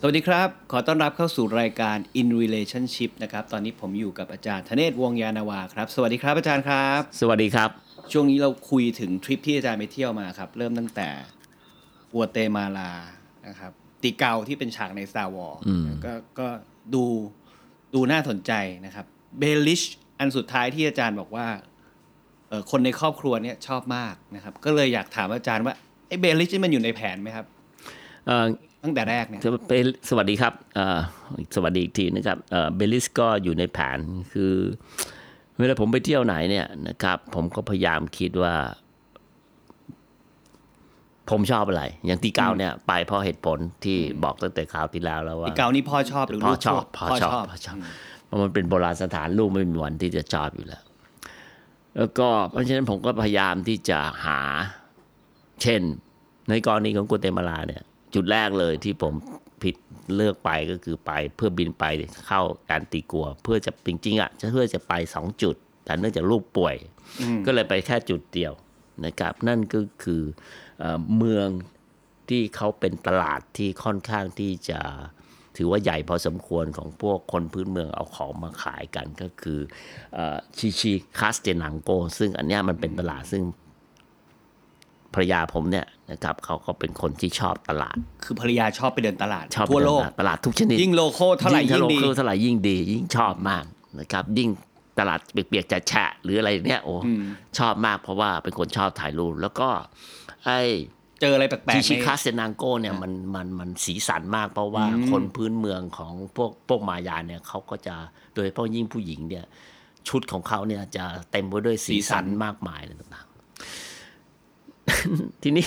สวัสดีครับ ขอต้อนรับเข้าสู่รายการ In Relationship นะครับ ตอนนี้ผมอยู่กับอาจารย์ธเนศวงศ์ยานนาวาครับ สวัสดีครับอาจารย์ครับ สวัสดีครับ ช่วงนี้เราคุยถึงทริปที่อาจารย์ไปเที่ยวมาครับ เริ่มตั้งแต่กัวเตมาลานะครับติเกาที่เป็นฉากใน Star Wars อืม ก็ก็ดูดูน่าสนใจนะครับเบลิชอันสุดท้ายที่อาจารย์บอกว่าเอ่อคนในครอบครัวเนี่ยชอบมากนะครับ ก็เลยอยากถามอาจารย์ว่าไอ้เบลิชนี่มันอยู่ในแผนไหมครับ เอ่อ ตั้งแต่แรกเนี่ย เป็นสวัสดีครับเอ่อสวัสดีอีกทีนะครับเอ่อเบลิสก็อยู่ในแผนคือ เวลาผมไปเที่ยวไหนเนี่ยนะครับ ผมก็พยายามคิดว่า ผมชอบอะไร อย่างตีเกาเนี่ย ไปเพราะเหตุผลที่บอกตั้งแต่คราวที่แล้วแล้วว่า ติเกานี่พ่อชอบหรือ พ่ ลู อก ชอบพ่อชอบพ่อชอบเพราะมันเป็นโบราณสถานลูกไม่มีวันที่จะชอบอยู่แล้ว แล้วก็เพราะฉะนั้นผมก็พยายามที่จะหา เช่น ในกรณีของกัวเตมาลาเนี่ย จุดแรกเลยที่ผมผิดเลือกไปก็คือไปเพื่อบินไปเข้าการตีกัว เพื่อจะจริงๆอ่ะจะเพื่อจะไปสองจุด แต่เนื่องจากลูกป่วย ก็เลยไปแค่จุดเดียวนะครับ นั่นก็คือเอ่อเมือง ที่เขาเป็นตลาดที่ค่อนข้างที่จะถือว่าใหญ่พอสมควรของพวกคนพื้นเมืองเอาของมาขายกันก็คือเอ่อชิชิคาสเตนังโก ซึ่งอันเนี้ยมันเป็นตลาดซึ่งภรรยาผมเนี่ยนะครับเขาก็เป็นคนที่ชอบตลาด คือภรรยาชอบไปเดินตลาด ชอบ ทั่วโลก ตลาดทุกชนิด ยิ่งโลโก้เท่าไหร่ ถ้ ยิ่ง โล ดี โก้เท่าไหร่ยิ่งดี ยิ่งชอบมากนะครับ ยิ่งตลาดเปียกๆจะแฉะหรืออะไรเนี่ยโอ้ชอบมากเพราะว่าเป็นคนชอบถ่ายรูปแล้วก็ไอ เจออะไรแปลกๆ ที่ชิ ใน คาเซนังโกเนี่ยมันมันมันสีสันมากเพราะว่าคนพื้นเมืองของพวกพวกมายาเนี่ยเขาก็จะโดยเฉพาะยิ่งผู้หญิงเนี่ยชุดของเขาเนี่ยจะเต็มไปด้วยสีสัน สีสัน มากมายเลยต่างๆ ทีนี้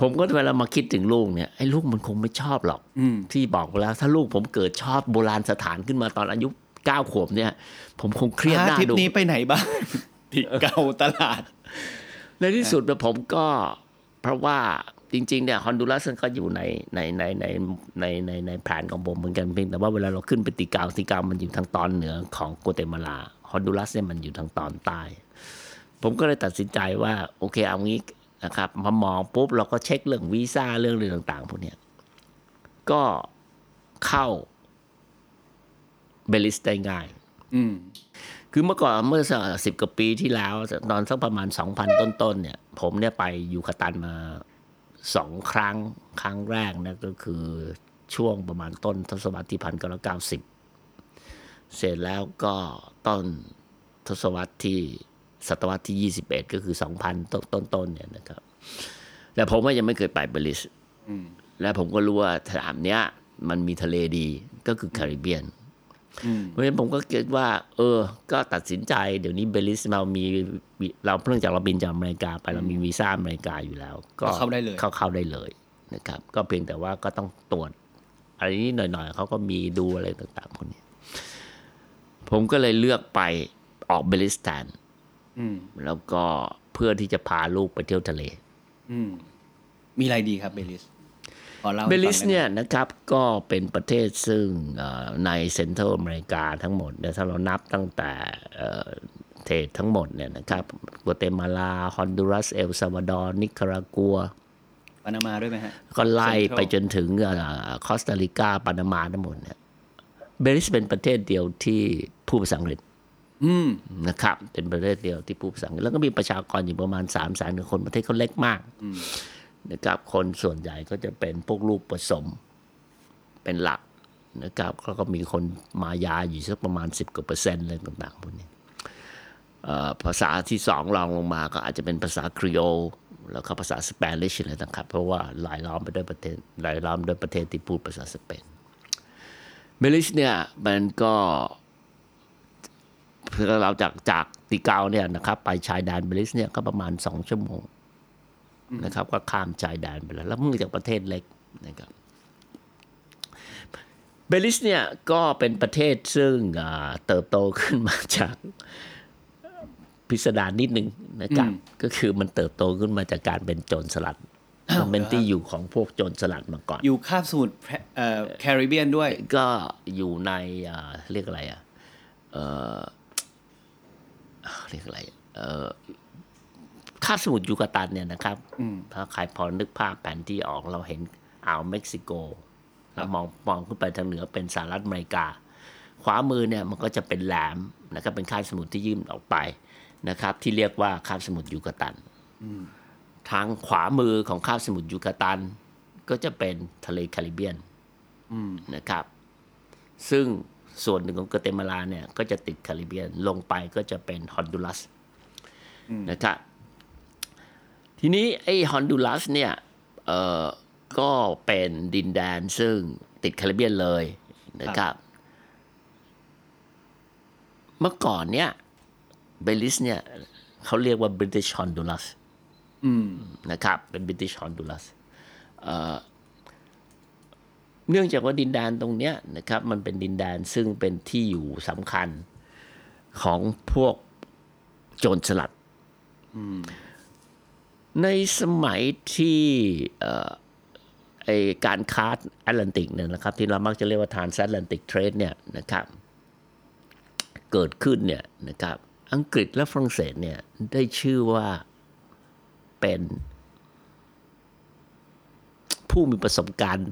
ผมก็เวลามาคิดถึงลูกเนี่ยไอ้ลูกมันคงไม่ชอบหรอกที่บอกไปแล้ว ถ้าลูกผมเกิดชอบโบราณสถานขึ้นมาตอนอายุเก้าขวบเนี่ย ผมคงเครียดหน้า ทริป ดู นี้ไปไหนบ้าง ติเกาตลาด ในที่สุดเนี่ยผมก็เพราะว่าจริงๆเนี่ยฮอนดูรัสก็อยู่ในในในในในในในแผนของผมเหมือนกันเพียงแต่ว่าเวลาเราขึ้นไปติกาวติกาวมันอยู่ทางตอนเหนือของโกเตมาลาฮอนดูรัสเนี่ยมันอยู่ทางตอนใต้ ผมก็เลยตัดสินใจว่า โอเคเอางี้นะครับมามองปุ๊บเราก็เช็คเรื่องวีซ่าเรื่องอะไรต่างๆพวกเนี้ยก็เข้าเบลิสได้ง่าย อืม คือเมื่อก่อนเมื่อสิบกว่าปีที่แล้ว ตอนสักประมาณ 2,000 ต้นๆเนี่ย ผมเนี่ยไปยูคาตันมาสองครั้งครั้งแรกนะก็คือช่วงประมาณต้นทศวรรษที่พันเก้าร้อยเก้าสิบเสร็จแล้วก็ต้นทศวรรษที่ศตวรรษที่ 21 ก็คือ 2,000 ต้นต้นๆเนี่ยนะครับ แต่ผมว่ายังไม่เคยไปบริส และผมก็รู้ว่าสนามเนี้ยมันมีทะเลดีก็คือแคริบเบียน อืม เพราะฉะนั้นผมก็คิดว่า เออ ก็ตัดสินใจเดี๋ยวนี้เบลิสเรามีเราเพิ่งจากเราบินจากอเมริกาไปเรามีวีซ่าอเมริกาอยู่แล้ว ก็ ก็เข้าได้เลย เข้าเข้าได้เลยนะครับ ก็เพียงแต่ว่าก็ต้องตรวจอะไรนิดหน่อยๆเขาก็มีดูอะไรต่างๆพวกนี้ผมก็เลยเลือกไปออกเบลิสแทน อืม แล้วก็เพื่อที่จะพาลูกไปเที่ยวทะเล อืม มีอะไรดีครับเบลิสขอเล่าให้ เบ ฟังได้ไหม ลิสเนี่ยนะครับก็เป็นประเทศซึ่งเอ่อในเซ็นทรัลอเมริกาทั้งหมดเนี่ยถ้าเรานับตั้งแต่เอ่อเทศทั้งหมดเนี่ยนะครับกัวเตมาลา ฮอนดูรัส เอลซาวาดอร์ นิการากัว ปานามาด้วยไหมฮะ ก็ไล่ไป Central จนถึงเอ่อคอสตาริกา ปานามาทั้งหมดเนี่ยเบลิสเป็นประเทศเดียวที่พูดภาษาอังกฤษ อืม นะครับเป็นประเทศเดียวที่พูดภาษาอังกฤษแล้วก็มีประชากรอยู่ประมาณ3ามแสนกว่าคนประเทศเขาเล็กมาก อืม นะครับคนส่วนใหญ่ก็จะเป็นพวกลูกผสมเป็นหลักนะครับแล้วก็มีคนมายาอยู่สักประมาณ 10กว่าเปอร์เซ็นต์อะไรต่างๆพวกนี้เอ่อภาษาที่สองรองลงมาก็อาจจะเป็นภาษาครีโอแล้วก็ภาษาสเปนิชอะไรต่างๆเพราะว่าหลายล้อมไปด้วยประเทศหลายล้อมด้วยประเทศที่พูดภาษาสเปนเบลิสเนี่ยมันก็ เราจากจากติเกาเนี่ยนะครับไปชายแดนเบลิสเนี่ยก็ประมาณ 2 ชั่วโมง นะครับก็ข้ามชายแดนไปแล้ว แล้วเมื่อจากประเทศเล็กนะครับเบลิสเนี่ยก็เป็นประเทศซึ่งอ่าเติบโตขึ้นมาจาก พิสดารนิดนึงนะครับ อืม ก็คือมันเติบโตขึ้นมาจากการเป็นโจรสลัด อ้าว มันเป็นที่อยู่ของพวกโจรสลัดมาก่อน อยู่คาบสมุทรแพร่เอ่อแคริบเบียนด้วย ก็อยู่ในเอ่อเรียกอะไรอ่ะเอ่อเรียกอะไรอะเอ่อคาบสมุทรยูกาตันเนี่ยนะครับถ้าใครพอนึกภาพแผนที่ออกเราเห็นอ่าวเม็กซิโกเรามองมองขึ้นไปทางเหนือเป็นสหรัฐอเมริกา ขวามือเนี่ยมันก็จะเป็นแหลมนะครับเป็นคาบสมุทรที่ยื่นออกไปนะครับ ที่เรียกว่าคาบสมุทรยูกาตันทางขวามือของคาบสมุทรยูกาตัน ก็จะเป็นทะเลแคริบเบียน นะครับ ซึ่งส่วนหนึ่งของกัวเตมาลาเนี่ย ก็จะติดแคริบเบียนลงไปก็จะเป็นฮอนดูรัสนะครับทีนี้ไอ้ฮอนดูรัสเนี่ยเออก็เป็นดินแดนซึ่งติดแคริบเบียนเลยนะครับ เมื่อก่อนเนี่ยเบลิสเนี่ยเขาเรียกว่าบริติชฮอนดูรัสนะครับ เป็นบริติชฮอนดูรัส เนื่องจากว่าดินแดนตรงเนี้ยนะครับมันเป็นดินแดนซึ่งเป็นที่อยู่สำคัญของพวกโจรสลัด ในสมัยที่เอ่อไอการค้าแอตแลนติกเนี่ยนะครับ ที่เรามักจะเรียกว่าทานแอตแลนติกเทรดเนี่ยนะครับเกิดขึ้นเนี่ยนะครับอังกฤษและฝรั่งเศสเนี่ยได้ชื่อว่าเป็น ผู้มีประสบการณ์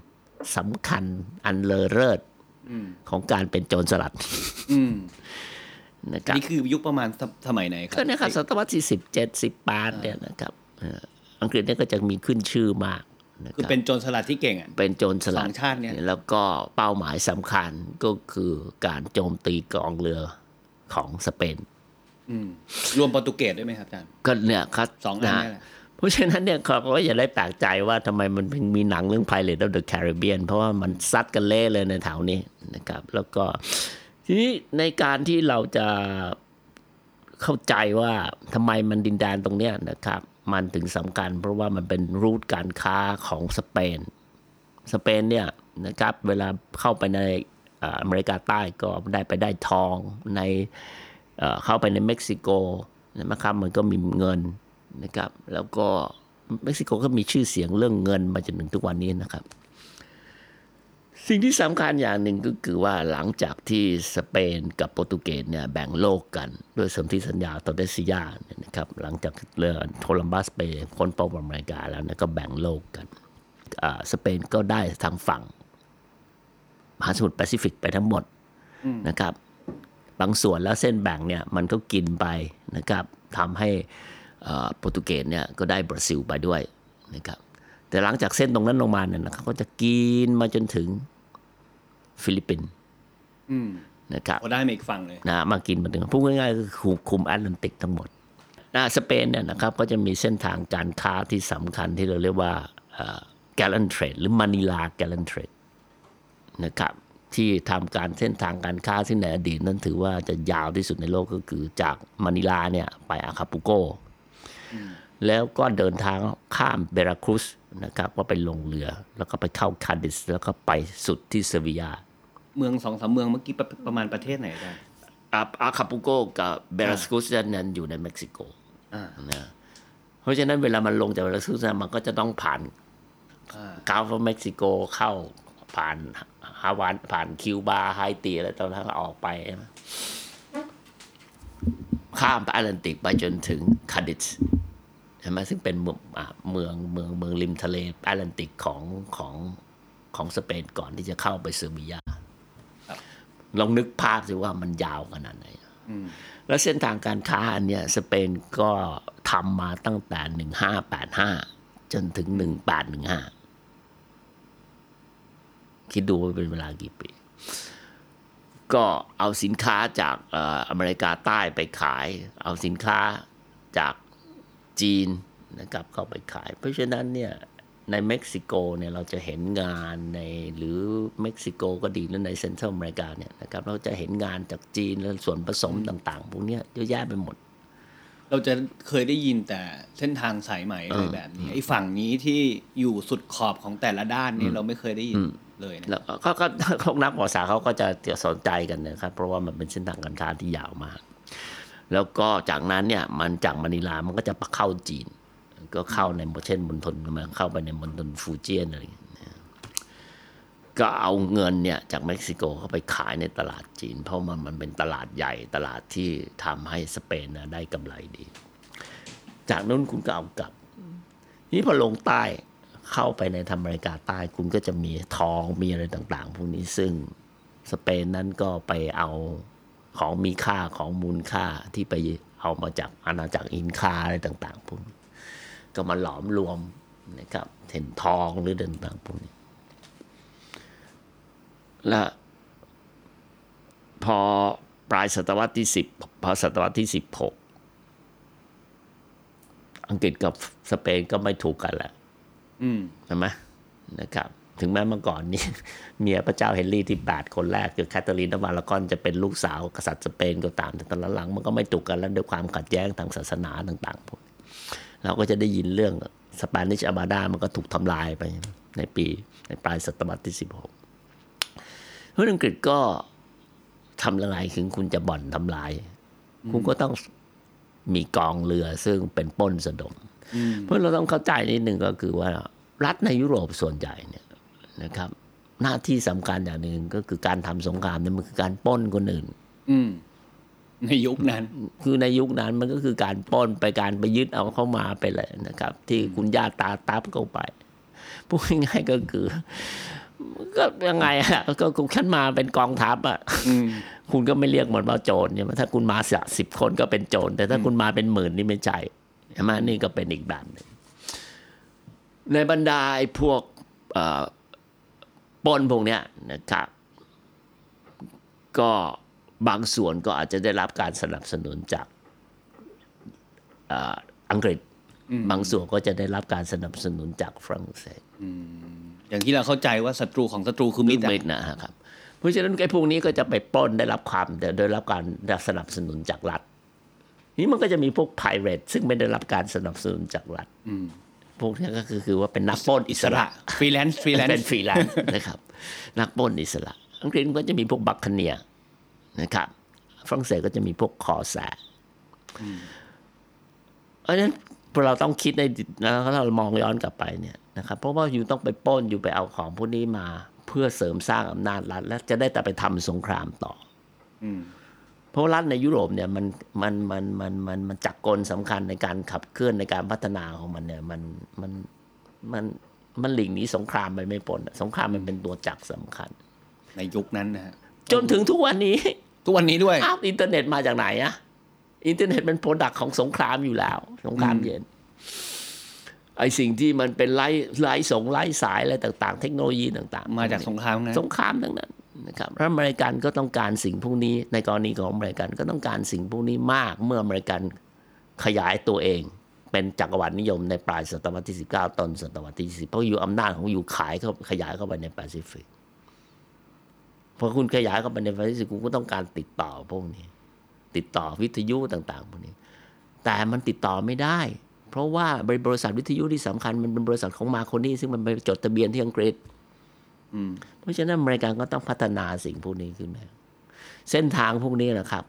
สำคัญอันเลอเลิศของการเป็นโจรสลัดนะครับ นี่คือยุคประมาณสสมัยไหนครับ ก็นะครับศตวรรษที่สิบเจ็ดสิบแปดเนี่ยนะครับเอ่ออังกฤษเนี่ยก็จะมีขึ้นชื่อมากนะค คือ รับ เป็นโจรสลัดที่เก่งอ่ะ เป็นโจรสลั ส ด องชาติเนี่ย แล้วก็เป้าหมายสำคัญก็คือการโจมตีกองเรือของสเปน รวมโปรตุเกสด้วยไหมครับอาจารย์ ก็เนี่ยครับ สองอันนี่แหละ เพราะฉะนั้นเนี่ยเขาก็อย่าได้แปลกใจว่าทำไมมันถึงมีหนังเรื่อง Pirate of the Caribbean เพราะว่ามันซัดกันเล่เลยในแถวนี้นะครับ แล้วก็ทีนี้ในการที่เราจะเข้าใจว่าทำไมมันดินแดนตรงเนี้ยนะครับ มันถึงสำคัญ เพราะว่ามันเป็นรูทการค้าของสเปน สเปนเนี่ยนะครับเวลาเข้าไปในเอ่ออเมริกาใต้ก็ได้ไปได้ทองในเอ่อเข้าไปในเม็กซิโกนะครับมันก็มีเงินนะครับแล้วก็เม็กซิโกก็มีชื่อเสียงเรื่องเงินมาจนถึงทุกวันนี้นะครับ สิ่งที่สำคัญอย่างหนึ่งก็คือว่าหลังจากที่สเปนกับโปรตุเกสเนี่ยแบ่งโลกกันด้วยสนธิสัญญาตอร์เดซิยาเนี่ยนะครับหลังจากเรือโคลัมบัสไปค้นพบอเมริกาแล้วนะก็แบ่งโลกกัน อ่าสเปนก็ได้ทางฝั่ง มหาสมุทรแปซิฟิกไปทั้งหมดนะครับ บางส่วนแล้วเส้นแบ่งเนี่ยมันก็กินไปนะครับทำให้เอ่อโปรตุเกสเนี่ยก็ได้บราซิลไปด้วยนะครับ แต่หลังจากเส้นตรงนั้นลงมาเนี่ยนะครับก็จะกินมาจนถึงฟิลิปปินส์นะครับ พอได้มาอีกฝั่งเลย นะมากินมาถึงพูดง่ายๆก็คือคุมคุมแอตแลนติกทั้งหมดนะสเปนเนี่ยนะครับก็จะมีเส้นทางการค้าที่สำคัญที่เราเรียกว่าแกลันเทรดหรือมานิลาแกลันเทรดนะครับที่ทำการเส้นทางการค้าที่ในอดีตนั้นถือว่าจะยาวที่สุดในโลกก็คือจากมานิลาเนี่ยไปอาคาปุโก แล้วก็เดินทางข้ามเบราครุสนะครับก็ไปลงเรือแล้วก็ไปเข้าคาดิสแล้วก็ไปสุดที่เซบียา เมืองสองสามเมืองเมื่อกี้ประประมาณประเทศไหนอาจารย์ อาอาคาปูโกกับเบราสกุสนั้นอยู่ในเม็กซิโก อ่า นะเพราะฉะนั้นเวลามันลงจากเบราสกุสมันก็จะต้องผ่านกาฟเม็กซิโกเข้าผ่านฮาวานผ่านคิวบาไฮตีอะไรตอนนั้นก็ออกไปใช่ไหมข้ามไปแอตแลนติกไปจนถึงคาดิสใช่ไหมซึ่งเป็นเมืองอ่าเมืองเมืองเมืองริมทะเลแอตแลนติกของของของสเปนก่อนที่จะเข้าไปเซอร์เบีย ลองนึกภาพสิว่ามันยาวขนาดไหน แล้วเส้นทางการค้าอันเนี้ยสเปนก็ทำมาตั้งแต่ 1585 จนถึง 1815 คิดดูว่าเป็นเวลากี่ปี ก็เอาสินค้าจากเอ่ออเมริกาใต้ไปขาย เอาสินค้าจากจีนนะครับเข้าไปขาย เพราะฉะนั้นเนี่ยในเม็กซิโกเนี่ยเราจะเห็นงานในหรือเม็กซิโกก็ดีหรือในเซ็นทรัลอเมริกาเนี่ยนะครับเราจะเห็นงานจากจีนและส่วนผสมต่าง ๆ พวกเนี้ยเยอะแยะไปหมด เราจะเคยได้ยินแต่เส้นทางสายไหมอะไรแบบนี้ไอ้ฝั่งนี้ที่อยู่สุดขอบของแต่ละด้านนี่เราไม่เคยได้ยินเลยนะ แล้วก็ก็ก็พวกนักประวัติศาสตร์เขาก็จะสนใจกันนะครับ เพราะว่ามันเป็นเส้นทางการค้าที่ยาวมาก แล้วก็จากนั้นเนี่ยมันจากมะนิลามันก็จะเข้าจีน ก็เข้าในเช่นมณฑลมันเข้าไปในมณฑลฟูเจียนอะไรอย่างเงี้ย ก็เอาเงินเนี่ยจากเม็กซิโกเข้าไปขายในตลาดจีน เพราะมันมันเป็นตลาดใหญ่ตลาดที่ทำให้สเปนนะได้กำไรดี จากนั้นคุณก็เอากลับ นี่พอลงใต้เข้าไปในทางอเมริกาใต้คุณก็จะมีทองมีอะไรต่าง ๆ พวกนี้ซึ่งสเปนนั้นก็ไปเอาของมีค่าของมูลค่าที่ไปเอามาจากอาณาจักรอินคาอะไรต่าง ๆ พวกนี้ก็มาหลอมรวมนะครับเห็นทองหรือเดินต่างๆพวกนี้ และพอปลายศตวรรษที่สิบพอศตวรรษที่สิบหกอังกฤษกับสเปนก็ไม่ถูกกันแล้ว อืม ใช่ไหมนะครับ ถึงแม้เมื่อก่อนนี้ เมียพระเจ้าเฮนรี่ที่แปดคนแรกคือแคทเธอรีนดาวาลากอนจะเป็นลูกสาวกษัตริย์สเปนก็ตามแต่ตอนหลังๆมันก็ไม่ถูกกันแล้วด้วยความขัดแย้งทางศาสนาต่างๆพวกนี้เราก็จะได้ยินเรื่องสเปนิชอาบาดามันก็ถูกทำลายไปในปีในปลายศตวรรษที่สิบหก เพราะอังกฤษก็ทำละลายถึงคุณจะบ่อนทำลาย คุณก็ต้องมีกองเรือซึ่งเป็นปล้นสะดม เพราะเราต้องเข้าใจนิดหนึ่งก็คือว่า รัฐในยุโรปส่วนใหญ่เนี่ยนะครับ หน้าที่สำคัญอย่างหนึ่งก็คือการทำสงครามเนี่ยมันคือการปล้นคนอื่น อืม ในยุคนั้น คือในยุคนั้นมันก็คือการปล้นไปการไปยึดเอาเข้ามาไปเลยนะครับ ที่คุณย่าตาตับเข้าไปพูดง่ายๆก็คือ ก็ยังไงอะก็คุณขั้นมาเป็นกองทัพอะคุณก็ไม่เรียกมันว่าโจรใช่ไหมถ้าคุณมาสสิบคนก็เป็นโจรแต่ถ้าคุณมาเป็นหมื่นนี่ไม่ใช่ใช่ไหมนี่ก็เป็นอีกแบบหนึ่งในบรรดาไอ้พวกเอ่อปล้นพวกเนี้ยนะครับ ก็บางส่วนก็อาจจะได้รับการสนับสนุนจากเอ่ออังกฤษ บางส่วนก็จะได้รับการสนับสนุนจากฝรั่งเศส อย่างที่เราเข้าใจว่าศัตรูของศัตรูคือมิตร มิตรนะครับ เพราะฉะนั้นไอ้พวกนี้ก็จะไปปล้นได้รับความได้รับการสนับสนุนจากรัฐ นี่มันก็จะมีพวก i r เรตซึ่งไม่ได้รับการสนับสนุนจากรัฐพวกนี้ก็คือคือว่าเป็นนักปล้นอิสระ ฟรีแลนซ์ฟรีแลน เป็น ซ์ ฟรีแลนซ์นะครับ นักปล้นอิสระ อังกฤษก็จะมีพวกบัคคเนียนะครับฝรั่งเศสก็จะมีพวกคอแสเพราะฉะนั้นเราต้องคิดในนะถ้าเรามองย้อนกลับไปเนี่ยนะครับ เพราะว่าอยู่ต้องไปปล้นอยู่ไปเอาของพวกนี้มาเพื่อเสริมสร้างอำนาจรัฐ และจะได้แต่ไปทำสงครามต่ออเพราะรัฐในยุโรปเนี่ยมันมันมันมันมันมันจักกลสำคัญในการขับเคลื่อนในการพัฒนาของมันเนี่ยมันมัน มันมันหลีกหนีสงครามไปไม่พ้นอะสงครามมันเป็นตัวจักรสำคัญ ในยุคนั้นนะฮะ จนถึงทุกวันนี้ ทุกวันนี้ด้วย อ้าวอินเทอร์เน็ตมาจากไหนอะอินเทอร์เน็ตเป็นโปรดักของสงครามอยู่แล้ว สงครามเย็น ไอสิ่งที่มันเป็นไร้ไร้สงไร้สายอะไรต่างๆ เทคโนโลยีต่างๆ มาจากสงครามนะ สงครามทั้งนั้นนะครับแล้วอเมริกันก็ต้องการสิ่งพวกนี้ ในกรณีของอเมริกันก็ต้องการสิ่งพวกนี้มาก เมื่ออเมริกันขยายตัวเอง เป็นจักรวรรดินิยมในปลายศตวรรษที่ 19 ต้นศตวรรษที่20เพราะอยู่อำนาจของอยู่ขายเข้าขยายเข้าไปในแปซิฟิก พอคุณขยายเข้าไปในแปซิฟิกคุณก็ต้องการติดต่อพวกนี้ ติดต่อวิทยุต่างๆพวกนี้ แต่มันติดต่อไม่ได้ เพราะว่าบริษัทวิทยุที่สำคัญมันเป็นบริษัทของมาโคนี่ซึ่งมันไปจดทะเบียนที่อังกฤษเพราะฉะนั้นอเมริกันก็ต้องพัฒนาสิ่งพวกนี้ขึ้นมาเส้นทางพวกนี้นะครับ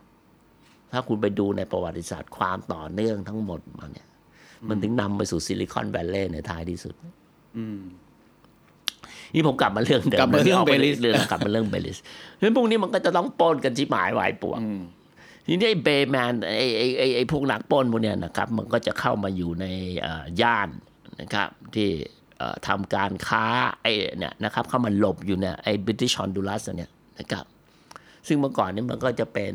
ถ้าคุณไปดูในประวัติศาสตร์ความต่อเนื่องทั้งหมดมันเนี่ย มันถึงนำไปสู่ซิลิคอนแวลเลย์ในท้ายที่สุดนี่ผมกลับมาเรื่องเดิม กลับมาเรื่อง ไป Belize เรื่องกลับมาเรื่องเบลิสเพราะฉะนั้นพวกนี้มันก็จะต้องปนกันที่หมายไวายปวง ทีนี้ไอ้เบย์แมนไอ้ไอ้ไอ้ไอ้พวกนักปล้นพวกเนี้ยนะครับ มันก็จะเข้ามาอยู่ในเอ่อย่านนะครับ ที่เอ่อทำการค้าไอ้เนี่ยนะครับ เข้ามาหลบอยู่เนี่ยไอ้บริติชอนดูลัสเนี่ยนะครับ ซึ่งเมื่อก่อนเนี่ยมันก็จะเป็น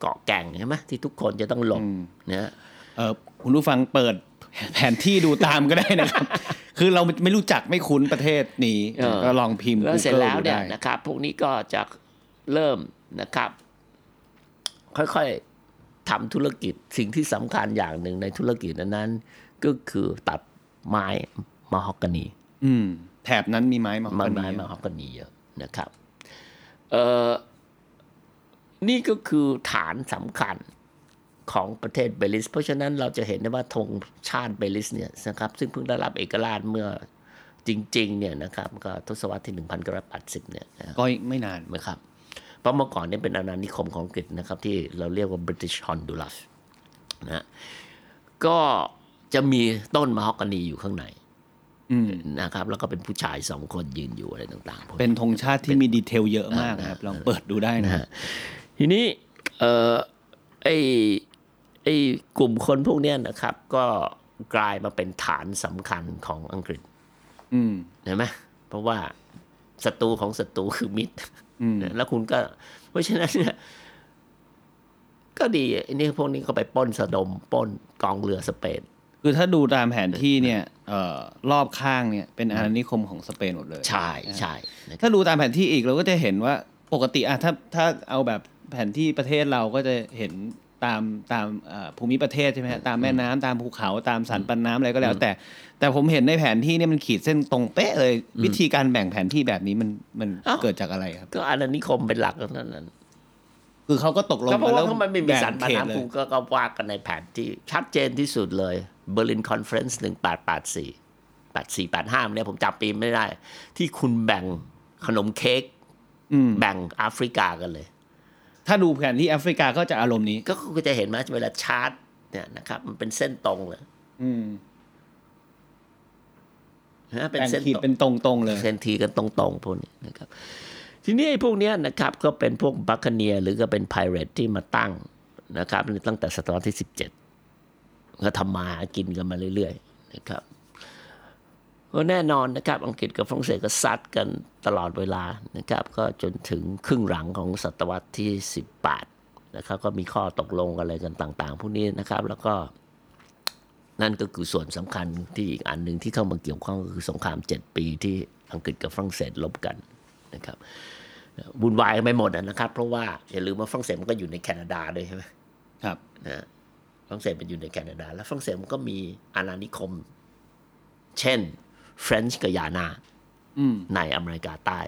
เกาะแก่งใช่ไหมที่ทุกคนจะต้องหลบเนี่ย เออคุณผู้ฟังเปิด แผนที่ดูตามก็ได้นะครับ คือเราไม่รู้จักไม่คุ้นประเทศนี้ก็ลองพิมพ์ แล้วเสร็จ Google แล้วเนี่ย ดูได้ นะครับ พวกนี้ก็จะเริ่มนะครับ ค่อยๆทำธุรกิจสิ่งที่สำคัญอย่างหนึ่งในธุรกิจนั้นๆก็คือตัดไม้มะฮอกกานี อืม แถบนั้นมีไม้มา มัน ค ไม้ นนี้ มาฮอกกานีเยอะนะครับเอ่อนี่ก็คือฐานสำคัญของประเทศเบลิส เพราะฉะนั้นเราจะเห็นได้ว่าธงชาติเบลิสเนี่ยนะครับ ซึ่งเพิ่งได้รับเอกราชเมื่อจริง ๆ เนี่ยนะครับ ก็ทศวรรษที่ 1980 เนี่ยนะ ก็ไม่นาน นะครับเพราะเมื่อก่อนเนี่ยเป็นอาณานิคมของอังกฤษนะครับ ที่เราเรียกว่า British Honduras นะก็จะมีต้นมะฮอกกานีอยู่ข้างใน อืม นะครับ แล้วก็เป็นผู้ชายสองคนยืนอยู่อะไรต่างๆพวกนี้ เป็นธงชาติที่มีดีเทลเยอะมากนะครับ ลองเปิดดูได้นะ นะฮะทีนี้เอ่อไอไอกลุ่มคนพวกเนี้ยนะครับ ก็กลายมาเป็นฐานสำคัญของอังกฤษ อืม เห็นไหมเพราะว่าศัตรูของศัตรูคือมิตรแล้วคุณก็ เพราะฉะนั้นเนี่ยก็ดีไอ้นี่พวกนี้ก็ไปปล้นสะดมปล้นกองเรือสเปน คือถ้าดูตามแผนที่เนี่ยเอ่อรอบข้างเนี่ยเป็นอาณานิคมของสเปนหมดเลย ใช่ใช่นะครับ ถ้าดูตามแผนที่อีกเราก็จะเห็นว่าปกติอะถ้าถ้าเอาแบบแผนที่ประเทศเราก็จะเห็นตามตามเอ่อภูมิประเทศใช่ไหมฮะตามแม่น้ำตามภูเขาตามสันปันน้ำอะไรก็แล้ว แต่ แต่ผมเห็นในแผนที่เนี่ยมันขีดเส้นตรงเป๊ะเลย วิธีการแบ่งแผนที่แบบนี้มันมันเกิดจากอะไรครับ ก็อาณานิคมเป็นหลักทั้งนั้น คือเขาก็ตกลง ก็เพราะ กั ว่าน แล้ว มันไม่มี แบ่ง สันปา เขต นา เล ภู ย ก็ก็ว่ากันในแผนที่ชัดเจนที่สุดเลยเบอร์ลินคอนเฟรนซ์หนึ่งแปดแปดสี่แปดสี่แปดห้าเนี่ยผมจำปีไม่ได้ ที่คุณแบ่งขนมเค้ก อืม แบ่งแอฟริกากันเลย ถ้าดูแผนที่แอฟริกาก็จะอารมณ์นี้ ก็คุณจะเห็นไหมเวลาชาร์ตเนี่ยนะครับ มันเป็นเส้นตรงเลย อืม นะเป็น แบ่ง เส้น ขีด ตรง เป็นตรงๆเลย เซนทีกันตรงๆพวกนี้นะครับ ทีนี้ไอ้พวกเนี้ยนะครับก็เป็นพวกบัคเนียหรือก็เป็นไพเรตที่มาตั้งนะครับตั้งแต่ศตวรรษที่ 17 ก็ทำมาหากินกันมาเรื่อยๆนะครับก็แน่นอนนะครับ อังกฤษกับฝรั่งเศสก็ซัดกันตลอดเวลานะครับ ก็จนถึงครึ่งหลังของศตวรรษที่ 18 นะครับ ก็มีข้อตกลงกันอะไรกันต่าง ๆ พวกนี้นะครับ แล้วก็ นั่นก็คือส่วนสำคัญที่อีกอันหนึ่งที่เข้ามาเกี่ยวข้องก็คือสงครามเจ็ดปีที่อังกฤษกับฝรั่งเศสลบกันนะครับวุ่นวายกันไปหมดอะนะครับ เพราะว่าอย่าลืมว่าฝรั่งเศสมันก็อยู่ในแคนาดาด้วยใช่ไหม ครับ นะฮะฝรั่งเศสมันอยู่ในแคนาดา แล้วฝรั่งเศสมันก็มีอาณานิคม เช่นเฟรนช์กับยานา อืม ในอเมริกาใต้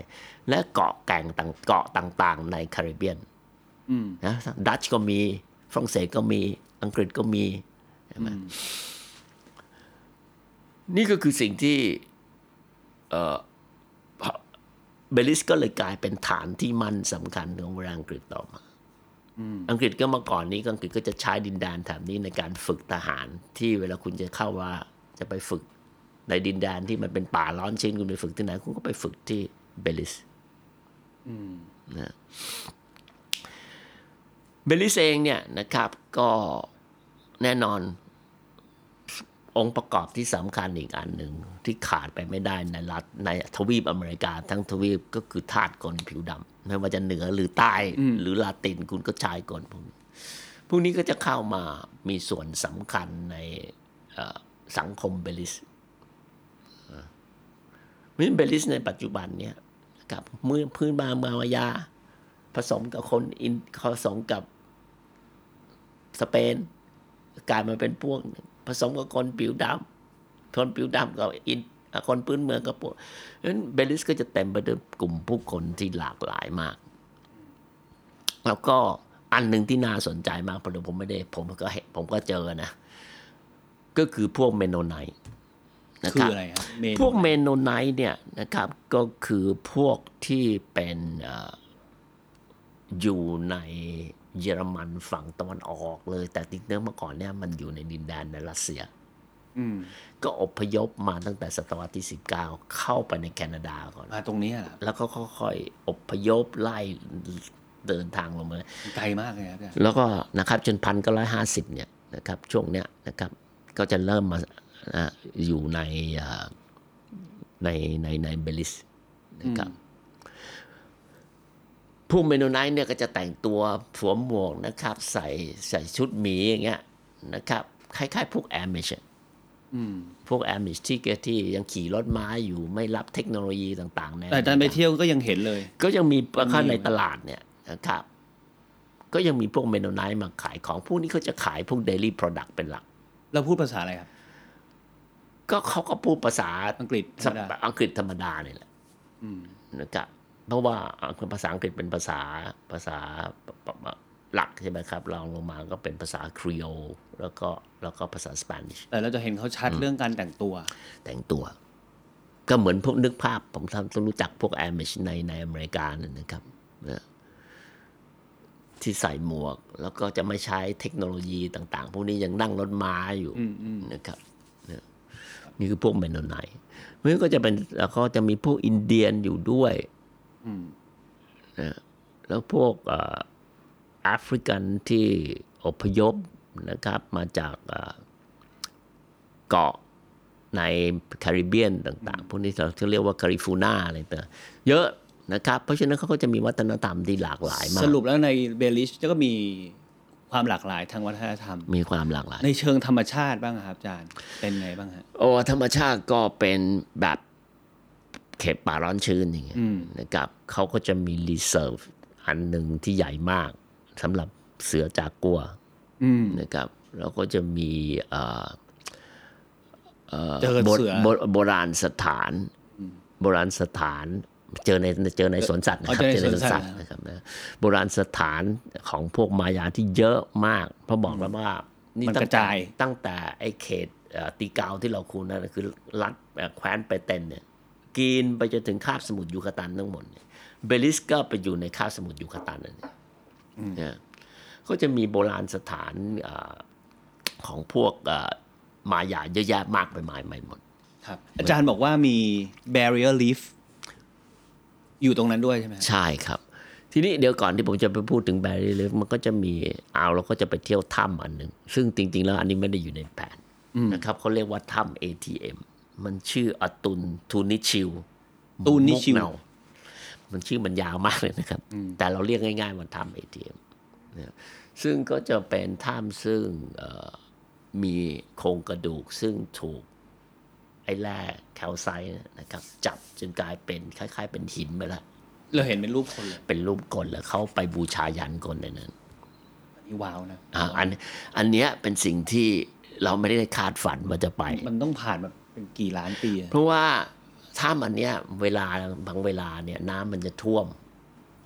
และเกาะแก่งต่างเกาะต่างๆ ในคาริบเบียน อืม นะดัตช์ก็มีฝรั่งเศสก็มีอังกฤษก็มีใช่ไหมนี่ก็คือสิ่งที่เอ่อเบลิสก็เลยกลายเป็นฐานที่มั่นสำคัญของเวลาอังกฤษต่อมาอังกฤษก็เมาก่อนนี้ก็อังกฤษก็จะใช้ดินแดนแถบนี้ในการฝึกทหาร ที่เวลาคุณจะเข้าว่าจะไปฝึกในดินแดนที่มันเป็นป่าร้อนชื้นคุณไปฝึกที่ไหนคุณก็ไปฝึกที่เบลิส เบลิสเองเนี่ยนะครับก็แน่นอนองค์ประกอบที่สำคัญอีกอันหนึ่งที่ขาดไปไม่ได้ในรัฐในทวีปอเมริกาทั้งทวีปก็คือทาสคนผิวดำไม่ว่าจะเหนือหรือใต้หรือลาตินคุณก็ชายคนพวกนี้พวกนี้ก็จะเข้ามามีส่วนสำคัญในเอ่อสังคมเบลิสอ่าเพราะฉะนั้นเบลิสในปัจจุบันเนี่ยกับเมื่อพื้นมามามายา ผสมกับคนอินผสมกับสเปนกลายมาเป็นพวกหนึ่งผสมกับคนผิวดำคนผิวดำกับอินอ่ะคนพื้นเมืองกับพวกเพราะฉะนั้นเบลิสก็จะเต็มไปด้วยกลุ่มผู้คนที่หลากหลายมาก แล้วก็อันหนึ่งที่น่าสนใจมากเพราะเดี๋ยวผมไม่ได้ ผมก็เห็นผมก็เจอนะ ก็คือพวกเมนโนไนท์นะ คื ค อ รับ อะไรครับเมนู พวกเมนโนไนท์เนี่ยนะครับก็คือพวกที่เป็นเอ่ออยู่ในเยอรมันฝั่งตะวันออกเลย แต่ติดเนื้อเมื่อก่อนเนี่ยมันอยู่ในดินแดนในรัสเซีย อืม ก็อพยพมาตั้งแต่ศตวรรษที่ 19 เข้าไปในแคนาดาก่อน มาตรงนี้อะครับ แล้วก็ค่อยๆอพยพไล่เดินทางลงมา ไกลมากเลยครับเนี่ย แล้วก็นะครับจนพันเก้าร้อยห้าสิบเนี่ยนะครับช่วงเนี้ยนะครับก็จะเริ่มมาอ่าอยู่ในอ่าในในในเบลิสนะครับพวกเมนูไนท์เนี่ยก็จะแต่งตัวสวมหมวกนะครับ ใส่ใส่ชุดหมีอย่างเงี้ยนะครับคล้ายๆ พวกแอมิช อืม พวกแอมิชที่ที่ยังขี่รถม้าอยู่ไม่รับเทคโนโลยีต่างๆใน แต่อาจารย์ไปเที่ยวก็ยังเห็นเลย ก็ยังมีข้างใน มีไหม ตลาดเนี่ยนะครับ ก็ยังมีพวกเมนูไนท์มาขายของ พวกนี้เขาจะขายพวกเดลี่โปรดักต์เป็นหลัก เราพูดภาษาอะไรครับ ก็เขาก็พูดภาษา อังกฤษธรรมดา อังกฤษธรรมดาเนี่ยแหละ อืม นะครับเพราะว่าภาษาอังกฤษเป็นภาษาภาษาหลักใช่ไหมครับรองลงมาก็เป็นภาษาครีโอแล้วก็แล้วก็ภาษาสเปนิช แต่เราจะเห็นเขาชัดเรื่องการแต่งตัว แต่งตัว ก็เหมือนพวกนึกภาพ ผมทำต้องรู้จักพวกแอมิชในในอเมริกานั่นนะครับนะ ที่ใส่หมวก แล้วก็จะไม่ใช้เทคโนโลยีต่าง ๆ พวกนี้ยังนั่งรถม้าอยู่นะครับเนี่ยนี่คือพวกเมนโนไนท์มันก็จะเป็นแล้วก็จะมีพวกอินเดียนอยู่ด้วยนะแล้วพวกเอ่อแอฟริกันที่อพยพนะครับ มาจากเอ่อเกาะ ในแคริบเบียนต่าง ๆ พวกนี้เราเรียกว่าแคริฟูน่าอะไรต่างๆเยอะนะครับ เพราะฉะนั้นเขาก็จะมีวัฒนธรรมที่หลากหลายมาก สรุปแล้วในเบลิชก็มีความหลากหลายทางวัฒนธรรม มีความหลากหลาย ในเชิงธรรมชาติบ้างครับอาจารย์ เป็นไงบ้างฮะ โอ้ธรรมชาติก็เป็นแบบเขตป่าร้อนชื้นอย่างเงี้ยนะครับเขาก็จะมีรีเซิร์ฟอันหนึ่งที่ใหญ่มากสำหรับเสือจากกัว อืม นะครับแล้วก็จะมีเอ่อเอ่อ เจอเสือ โบโบโบราณสถาน โบราณสถาน เจอในเจอในสวนสัตว์นะครับ เจอในสวนสัตว์ นะครับนะโบราณสถานของพวกมายาที่เยอะมาก เพราะบอกแล้วว่า นี่ มัน ตั้ ก ง ระ แต่ จาย ตั้งแต่ไอ้เขตเอ่อตีกาวที่เราคุ้นนั่นนะคือรัฐเอ่อแคว้นไปเต็นเนี่ยกินไปจนถึงคาบสมุทรยูคาตันทั้งหมดเนี่ยเบลิสก็ไปอยู่ในคาบสมุทรยูคาตันนั่นเองนะก็จะมีโบราณสถานเออของพวกเอ่อมายาเยอะแยะมากไปมายไปหมด ครับ อาจารย์บอกว่ามี barrier reef อยู่ตรงนั้นด้วยใช่ไหมฮะ ใช่ครับ ทีนี้เดี๋ยวก่อนที่ผมจะไปพูดถึงแบรี่ลิฟมันก็จะมีเอาเราก็จะไปเที่ยวถ้ำอันหนึ่งซึ่งจริง ๆ แล้วอันนี้ไม่ได้อยู่ในแผนนะครับเขาเรียกว่าถ้ำ ATM มันชื่ออตุนทูนิชิว ตูนนิชิว มุกเามันชื่อมันยาวมากเลยนะครับ แต่เราเรียกง่าย ๆ ว่าถ้ำ ATM นะซึ่งก็จะเป็นถ้ำซึ่งเอ่อมีโครงกระดูกซึ่งถูก ไอ้แร่แคลไซต์นะครับ จับจนกลายเป็นคล้าย ๆ เป็นหินไปแล้ว เราเห็นเป็นรูปคนเลย เป็นรูปกลแล้วเขาไปบูชายันกลในนั้น อันนี่ว้าวนะ อ่าอันอันเนี้ยเป็นสิ่งที่เราไม่ได้คาดฝันว่าจะไป มันต้องผ่านแบบเป็นกี่ล้านปีอะ เพราะว่าถ้ามันเนี้ยเวลาบางเวลาเนี่ยน้ำมันจะท่วม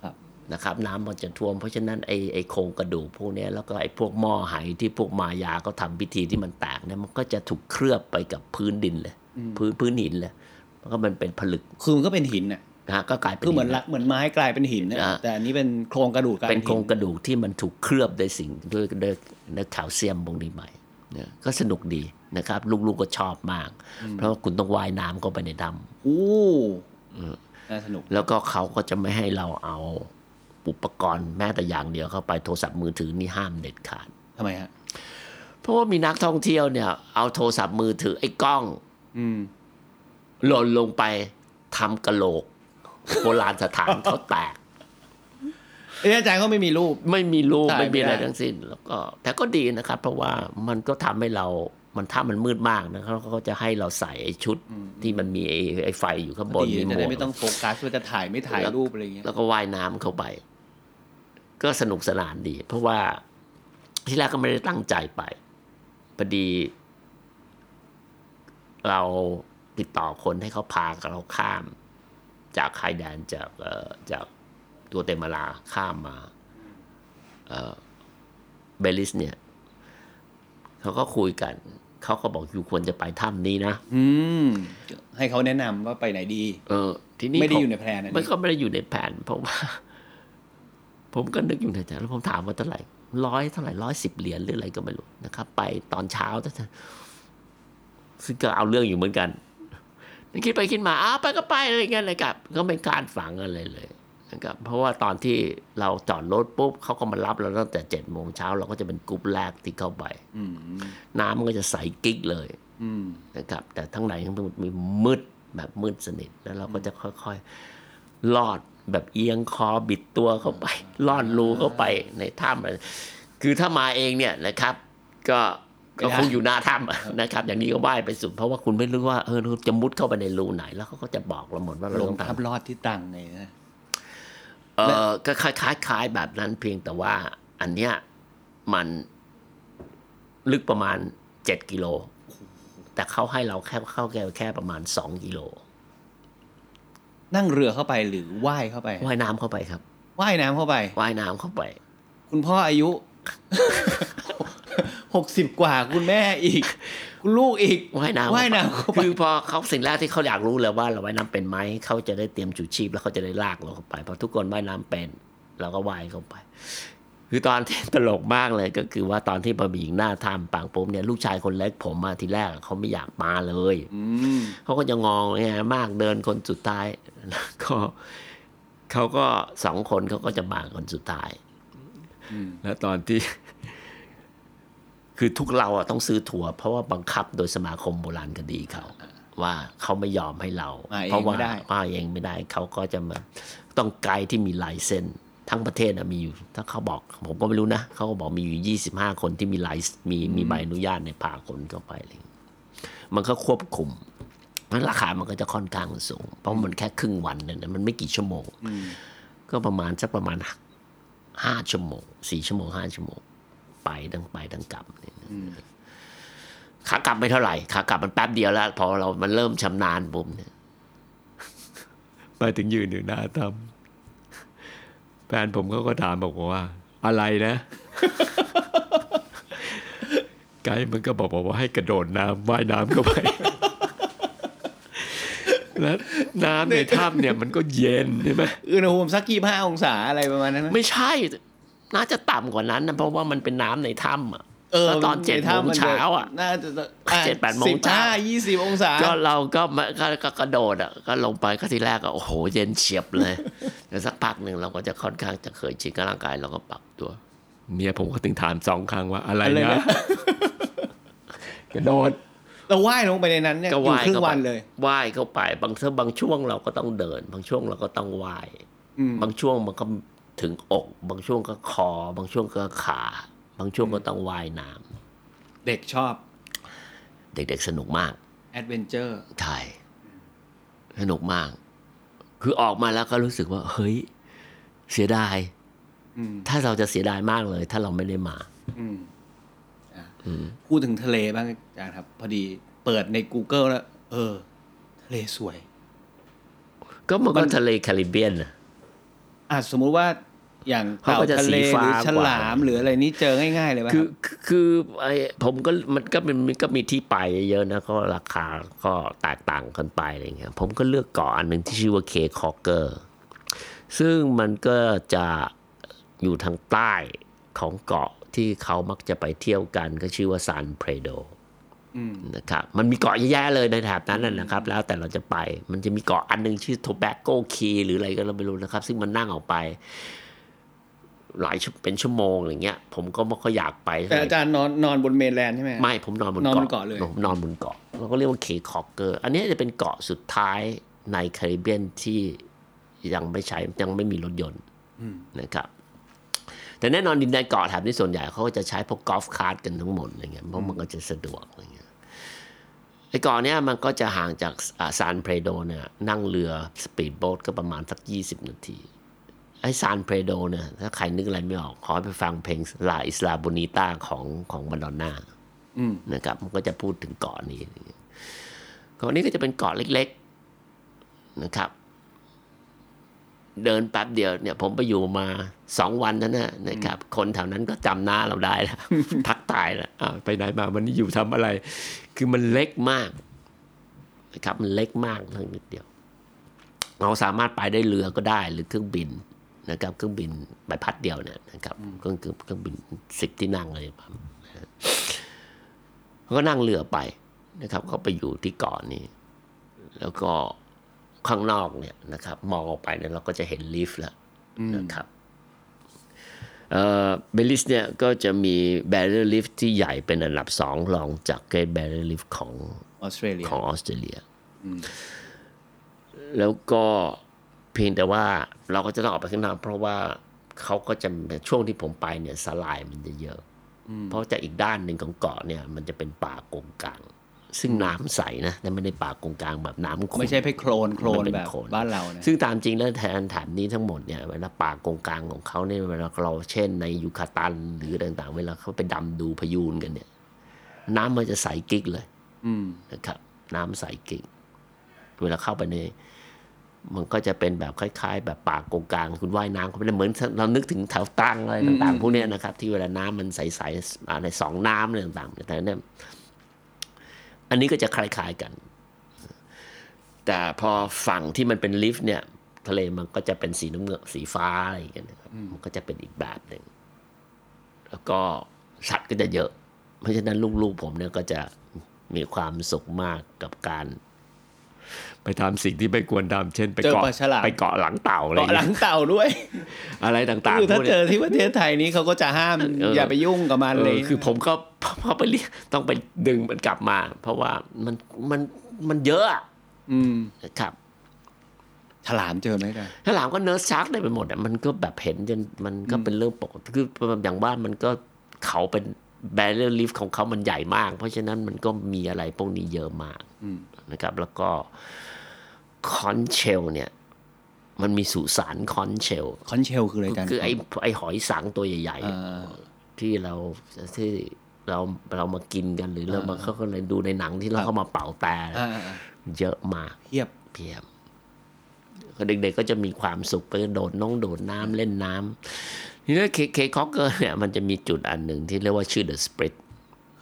ครับ นะครับ น้ำมันจะท่วม เพราะฉะนั้นไอ้ไอ้โครงกระดูกพวกเนี้ยแล้วก็ไอ้พวกหม้อไหที่พวกมายาก็ทำพิธีที่มันแตกเนี่ยมันก็จะถูกเคลือบไปกับพื้นดินเลยพื้นพื้นหินเลยมันก็มันเป็นผลึก คือมันก็เป็นหินอ่ะ นะฮะก็กลายเป็น คือเหมือน หิน ละเหมือนไม้กลายเป็นหินนะ อ่า แต่อันนี้เป็นโครงกระดูกกลาย เป็น หิ โครงกระดูกที่มันถูกเคลือบด้วยสิ่งด้วยด้วยด้วยแคลเซียมพวกนี้ไปนะก็สนุกดีนะครับ ลูกๆก็ชอบมาก เพราะว่าคุณต้องว่ายน้ำก็ไปในด โอ้น่าสนุก ำแล้วก็เขาก็จะไม่ให้เราเอาอุปกรณ์แม้แต่อย่างเดียวเข้าไปโทรศัพท์มือถือนี่ห้ามเด็ดขาด ทำไมฮะ เพราะว่ามีนักท่องเที่ยวเนี่ย เอาโทรศัพท์มือถือไอ้กล้อง อืม หล่นลงไปทำกะโหลก โบราณสถาน เขาแตก เอ้ยอาจารย์ก็ไม่มีรูป ไม่มีรูป ถ่าย ไม่มีอะไร ไม่ได้ ทั้งสิ้น แล้วก็แต่ก็ดีนะครับ เพราะว่ามันก็ทำให้เรา มันถ้ามันมืดมากนะครับเขาก็จะให้เราใส่ไอ้ชุดที่มันมีไอ้ไอ้ไฟอยู่ข้างบน ดี มีจะหม ได้ วก ไม่ต้องโฟกัสว่าจะถ่ายไม่ถ่ายรูปอะไรเงี้ย แล้วก็ว่ายน้ำเข้าไป ก็สนุกสนานดี เพราะว่าที่แรกก็ไม่ได้ตั้งใจไปพอดี เราติดต่อคนให้เขาพาเราข้าม จากชายแดนจากเอ่อจากตัวเตมาลาข้ามมาเอ่อเบลิสเนี่ยเขาก็คุยกัน เขาก็บอกอยู่ควรจะไปถ้ำนี้นะ อืม ให้เขาแนะนำว่าไปไหนดี เออ ทีนี้ ไม่ได้ ผ อยู่ในแพลนอันนี้ มันก็ไม่ได้อยู่ในแผนเพราะ ว่า ผมก็นึกอยู่ในใจแล้วผมถามว่าเท่าไหร่ร้อยเท่าไหร่ร้อยสิบเหรียญหรืออะไรก็ไม่รู้นะครับ ไปตอนเช้าแต่ซึ่งก็เอาเรื่องอยู่เหมือนกัน คิดไปคิดมาอ้าวไปก็ไปอะไรเงี้ยเลยครับ ก็ไม่การฝังอะไรเลยนะครับเพราะว่าตอนที่เราจอดรถปุ๊บเขาก็มารับเราตั้งแต่เจ็ดโมงเช้าเราก็จะเป็นกรุ๊ปแรกที่เข้าไปน้ำมันก็จะใสกิ๊กเลยนะครับ แต่ทั้งในทั้งตัวมีมืดแบบมืดสนิทแล้วเราก็จะค่อยๆลอดแบบเอียงคอบิดตัวเข้าไปลอดรูเข้าไปในถ้ำอะไรคือถ้ามาเองเนี่ยนะครับ ก็ก็คงอยู่หน้าถ้ำนะครับ อย่างนี้ก็ว่ายไปสุด เพราะว่าคุณไม่รู้ว่าเออเราจะมุดเข้าไปในรูไหน แล้วเขาก็จะบอกเราหมดว่าเรา ลง ต้องทำ ภาพรอดที่ตังไงนะ เออก็คล้ายๆคล้ายแบบนั้นเพียงแต่ว่า อันเนี้ยมันลึกประมาณเจ็ดกิโล แต่เขาให้เราแค่เข้าแค่แค่ประมาณสองกิโล นั่งเรือเข้าไปหรือว่ายเข้าไป ว่ายน้ำเข้าไปครับ ว่ายน้ำเข้าไป ว่ายน้ำเข้าไป คุณพ่ออายุ หกสิบกว่าคุณแม่อีก คุณลูกอีก ว่ายน้ำ ว่ายน้ำเข้าไป คือพอเขาสิ่งแรกที่เขาอยากรู้เลยว่าเราว่ายน้ำเป็นไหมเขาจะได้เตรียมจุดชีพแล้วเขาจะได้ลากเราเข้าไปเพราะทุกคนว่ายน้ำเป็น เราก็ว่ายเข้าไป คือตอนที่ตลกมากเลยก็คือว่าตอนที่พอมีหญิงหน้าทำปางปุ๊บเนี่ยลูกชายคนเล็กผมมาทีแรกเขาไม่อยากมาเลย อืม เขาก็จะงองแงมากเดินคนสุดท้าย แล้วก็เขาก็สองคนเขาก็จะมาคนสุดท้าย อืม แล้วตอนที่ คือทุกเราอะต้องซื้อถั่วเพราะว่าบังคับโดยสมาคมโบราณคดีเขา ว่าเขาไม่ยอมให้เรา มาเอง เพราะว่า ไม่ได้ มาเองไม่ได้ เขาก็จะมาต้องไกด์ที่มีลายเซ็นทั้งประเทศอะมีอยู่ ถ้าเขาบอก ผมก็ไม่รู้นะเขาก็บอกมีอยู่ยี่สิบห้าคนที่มีลายมีมีใบอนุญาตในยพาคนเข้าไปอะไรอย่างเงี้ยมันก็ควบคุม เพราะฉะนั้นราคามันก็จะค่อนข้างสูง เพราะมันแค่ครึ่งวันเนี่ยนะมันไม่กี่ชั่วโมง ก็ประมาณสักประมาณห้าชั่วโมงสี่ชั่วโมงห้าชั่วโมง ไปทั้งไปทั้งกลับเนี่ยนะขากลับไม่เท่าไหร่ขากลับมันแป๊บเดียวแล้ว พอเรามันเริ่มชำนาญปุ๊บเนี่ยไปถึงยืนอยู่หน้าทำแฟนผมเขาก็ถามบอกว่า อะไรนะ ไกด์มันก็บอกว่าให้กระโดดน้ำว่ายน้ำเข้าไป แล้วน้ำในถ้ำเนี่ยมันก็เย็นใช่ไหม อุณหภูมิสักกี่ห้าองศาอะไรประมาณนั้นนะ ไม่ใช่ น่าจะต่ำกว่านั้นนะ เพราะว่ามันเป็นน้ำในถ้ำอะ เออ แล้วตอนเจ็ดโมง น เช้าอ่ะ น่าจะ เจ็ดแปดโมง สิบ เช้า ห้ายี่สิบองศา ก็เราก็มาก็ก็กระโดดอ่ะ ก็ลงไปก็ทีแรกก็โอ้โห เย็นเฉียบเลย แต่สักพักหนึ่งเราก็จะค่อนข้างจะเคยชินกับร่างกายเราก็ปรับตัว เมียผมก็ถึงถามสองครั้งว่าอะไร อะไรนะ นะ กระโดด เราว่ายลงไปในนั้นเนี่ยอ ก็ ยู่ ไหว้ ครึ่ เข้าง ไป วันเลย ไหว้เข้าไป บางเทอบางช่วงเราก็ต้องเดิน บางช่วงเราก็ต้องไหว้ อืม บางช่วงมันก็ถึงอก บางช่วงก็คอ บางช่วงก็ขา บางช่วงก็ต้องว่ายน้ำ เด็กชอบ เด็กๆสนุกมาก แอดเวนเจอร์ ใช่สนุกมาก คือออกมาแล้วก็รู้สึกว่า เฮ้ย เสียดาย อืม ถ้าเราจะเสียดายมากเลย ถ้าเราไม่ได้มา อืมอ่ะพูดถึงทะเลบ้างอาจารย์ครับ พอดีเปิดใน Google แล้ว เออ ทะเลสวย ก็มันก็ทะเลแคริบเบียนน่ะ อ่ะสมมุติว่าอย่าง เขา เต่า ก็จะ ทะเล สีฟ้า หรือฉ กว่า ลามหรืออะไรนี่เจอง่าย ๆ เลยป่ะค คื รั อบ คือคือไอ้ผมก็มันก็เป็นมันก็มีที่ไปเยอะนะก็ราคาก็แตกต่างกันไปอะไรเงี้ยผมก็เลือกเกาะอันหนึ่งที่ชื่อว่าเคคอเกอร์ซึ่งมันก็จะอยู่ทางใต้ของเกาะที่เขามักจะไปเที่ยวกันก็ชื่อว่าซานเพรโด อืม นะครับมันมีเกาะเยอะแยะเลยในแถบนั้นนะนะครับ แล้วแต่เราจะไปมันจะมีเกาะอันหนึงชื่อโทแบ c โกคีหรืออะไรก็เราไม่รู้นะครับ ซึ่งมันนั่งออกไป หลายชั่วเป็นชั่วโมงอะไรเงี้ย ผมก็ไม่ค่อยอยากไปเท่ไห แต่ ร่ อาจารย์นอนนอนบนเมนแลนด์ใช่ไหม ไม่ผมนอนบน นอนบนเกาะเกาะเลย ผมนอนบนเกาะเราก็เรียกว่าเคคอกเกอร์ อันนี้จะเป็นเกาะสุดท้ายในแคริบเบียนที่ยังไม่ใช้ยังไม่มีรถยนต์นะครับ แต่แน่นอนดินแดนเกาะแถบนี้ส่วนใหญ่เขาก็จะใช้พวกกอล์ฟคาร์ดกันทั้งหมดอะไรเงี้ยเพราะมันก็จะสะดวกอะไรเงี้ยไอ้เกาะเนี้ยมันก็จะห่างจากซานเพรโดเนี่ยนั่งเรือสปีดโบ๊ทก็ประมาณสัก 20 นาที ไอ้ซานเพรโดเนี่ยถ้าใครนึกอะไรไม่ออกขอให้ไปฟังเพลงลาอิสลาบูนิต้าของของมาดอนน่า อืม นะครับมันก็จะพูดถึงเกาะนี้เกาะนี้ก็จะเป็นเกาะเล็กๆนะครับ เดินแป๊บเดียวเนี่ย ผมไปอยู่มาสองวันนั้นนะนะครับ คนแถวนั้นก็จำหน้าเราได้แล้ว ทักทายแล้วอ้าวไปไหนมาวันนี้อยู่ทำอะไร คือมันเล็กมากนะครับ มันเล็กมากเพียงนิดเดียว เราสามารถไปได้เรือก็ได้หรือเครื่องบินนะครับ เครื่องบินใบพัดเดียวเนี่ยนะครับเครื่องเครื่องเครื่องบินสิบที่นั่งเลยครับ เขาก็นั่งเรือไปนะครับก็ไปอยู่ที่เกาะนนี้ แล้วก็ข้างนอกเนี่ยนะครับ มองออกไปเนี่ยเราก็จะเห็นลีฟแล้วนะครับเอ่อเบลิสเนี่ยก็จะมีแบร r ร e r ลิฟที่ใหญ่เป็นอันดับสองรองจากเกร t แบร r ร e r ลิฟของ ออสเตรเลีย ของออสเตรเลีย แล้วก็เพียงแต่ว่าเราก็จะต้องออกไปข้างนอกเพราะว่าเขาก็จะช่วงที่ผมไปเนี่ยสลายมันจะเยอะ เพราะจากอีกด้านหนึ่งของเกาะเนี่ยมันจะเป็นป่ากงกลาง ซึ่งน้ำใสนะแต่ไม่ได้ป่ากงกลางแบบน้ำขุ่น ไม่ใช่เพชรโครนโครน มันเป็น แบบ โคลน บ้านเรานะ ซึ่งตามจริงแล้วแทนแถบนี้ทั้งหมดเนี่ยเวลาป่ากงกลางของเขาเนี่ยเวลาเราเช่นในยูคาตันหรือต่างๆ เวลาเขาไปดำดูพยูนกันเนี่ย น้ำมันจะใสกิ๊กเลย อืม นะครับน้ำใสกิ่งเวลาเข้าไปใน มันก็จะเป็นแบบคล้าย ๆ แบบปากกงกลางคุณว่ายน้ำก็ไม่ได้เหมือนเรานึกถึงแถวตรังอะไรต่างๆพวกเนี้ยนะครับ ที่เวลาน้ำมันใสๆอ่าในสองน้ำอะไรต่างๆแต่เนี่ยอันนี้ก็จะคล้าย ๆกัน แต่พอฝั่งที่มันเป็นลิฟต์เนี่ย ทะเลมันก็จะเป็นสีน้ำเงินสีฟ้าอะไรอย่างเงี้ยนะครับมันก็จะเป็นอีกแบบหนึ่ง แล้วก็สัตว์ก็จะเยอะ เพราะฉะนั้นลูกๆผมเนี่ยก็จะมีความสุขมากกับการ ไปทำสิ่งที่ไม่ควรทำเช่น ไป เจอ เกาะ ปลาฉลาม ไปเกาะหลังเต่าอะไรอ เกาะหย่างลั เงี้ ง ย เต่าด้วย อะไรต่าง คือ ๆ ถ้า พวก เจ เนี้ย อที่ประเทศไทยนี้เขาก็จะห้าม เอออ อย่าไปยุ่งกับมัน เอ เล อย คือผมก็ พอพอไปเรียกต้องไปดึงมันกลับมา เพราะว่ามันมันมันเยอะอะ อืม ครับ ฉลามเจอไหมกัน ถ้าหลามก็เนิร์สชาร์กได้ไปหมดอ่ะมันก็แบบเห็นจนมันก็เป็นเรื่องปกติคืออย่างบ้านมันก็เขาเป็นแบรเรลลิฟของเขามันใหญ่มาก เพราะฉะนั้นมันก็มีอะไรพวกนี้เยอะมาก อืม นะครับ แล้วก็คอนเชลเนี่ย มันมีสุสานคอนเชล คอนเชลคืออะไรกัน คือไอ้ไอ้หอยสังตัวใหญ่ๆ เอ่ อะ อ ที่เราที่เราเรามากินกันหรือเรามา อ่า เขาก็เลยดูในหนังที่เรา ครับ เข้ามาเป่าแต่ อ่าอ่าอ่า เยอะมาก เทียบ เพียบก็เด็กๆก็จะมีความสุขไปโดดน้องโดดน้ำเล่นน้ำทีนี้เคเคคอกเกอร์เนี่ยมันจะมีจุดอันหนึ่งที่เรียกว่าชื่อเดอะสปริต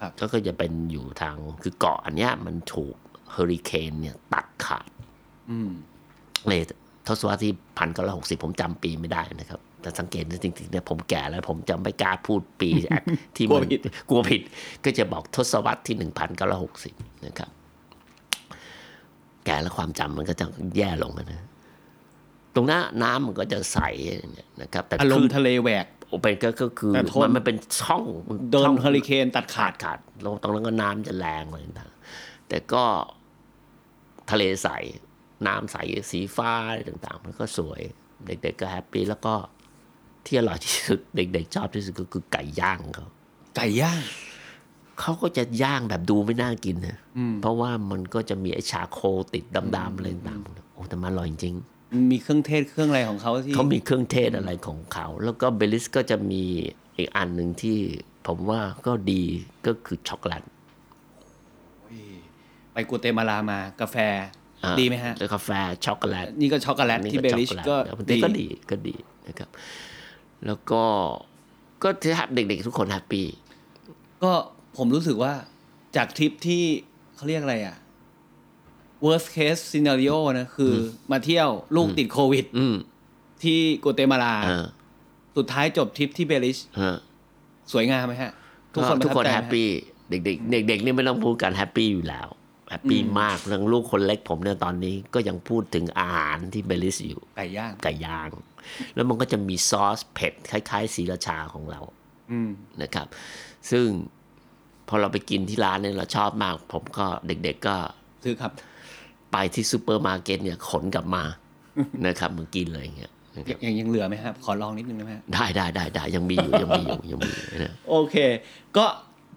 ครับ ก็คือจะเป็นอยู่ทางคือเกาะอันเนี้ยมันถูกเฮอริเคนเนี่ยตัดขาด อืม ในทศวรรษที่พันเก้าร้อยหกสิบผมจำปีไม่ได้นะครับ แต่สังเกตจริงๆเนี่ยผมแก่แล้วผมจำไม่กล้าพูด ปี ที่ กลั มั วน ผิด กลัวผิด ก็จะบอกทศวรรษที่หนึ่งพันเก้าร้อยหกสิบนะครับ แก่แล้วความจำมันก็จะแย่ลงนะ ตรงหน้าน้ำมันก็จะใสเนี่ยนะครับ แต่ อารม คลื่น ณ์ทะเลแหวก เป็นก็ก็คือ แต่ทน มันมันเป็นช่อง โดน ช่อง เฮอริเคนตัดขา ขา ด ดขาดลงตรงนั้นก็น้ำจะแรงเลยนะแต่ก็ทะเลใส น้ำใสสีฟ้าอะไรต่างๆ มันก็สวย เด็กๆก็แฮปปี้แล้วก็ที่อร่อยที่สุด เด็กๆชอบที่สุดก็คือไก่ย่างเขา ไก่ย่าง เขาก็จะย่างแบบดูไม่น่ากินนะเพราะว่ามันก็จะมีไอชาโคลติดดำๆอะไรต่างๆโอ้แต่มันอร่อยจริง มีเครื่องเทศเครื่องอะไรของเขาที่ เขามีเครื่องเทศอะไรของเขา แล้วก็เบลิสก็จะมีอีกอันหนึ่งที่ผมว่าก็ดีก็คือช็อกโกแลต ไปกัวเตมาลามากาแฟ อ่า ดีไหมฮะ แล้วกาแฟช็อกโกแลต นี่ก็ช็อกโกแลต อันนี้ ที่เบลิช ช็ ก็ อโแลตอันนี้ก็ดีก็ดีนะครับ แล้วก็ก็ที่เด็กๆทุกคนแฮปปี้ ก็ผมรู้สึกว่าจากทริปที่เขาเรียกอะไรอ่ะ worst case scenario นะ คืออมาเที่ยวลูกติดโควิด อืม ที่กัวเตมาลา เออ สุดท้ายจบทริปที่เบลิช เออ สวยงามไหมฮะ ทุกคน ทุกคน ประทับใจไหมฮะแฮปปี้เด็กๆเด็กๆนี่ไม่ต้องพูดกันแฮปปี้อยู่แล้วแฮปปี้ อืม มากเรื่องลูกคนเล็กผมเนี่ยตอนนี้ก็ยังพูดถึงอาหารที่เบลิสอยู่ ไก่ย่าง ไก่ย่าง แล้วมันก็จะมีซอสเผ็ดคล้ายๆสีราชาของเรา อืม นะครับ ซึ่งพอเราไปกินที่ร้านเนี่ยเราชอบมาก ผมก็เด็กๆก็ ซื้อครับ ไปที่ซูเปอร์มาร์เก็ตเนี่ยขนกลับ มา นะครับมากินเลยอย่างเงี้ยนะครับ ยังยังเหลือไหมครับ ขอลองนิดนึงได้ไหมฮะ ได้ได้ได้ได้ยังมีอยู่ยังมีอยู่ยังมีอยู่นะ โอเค ก็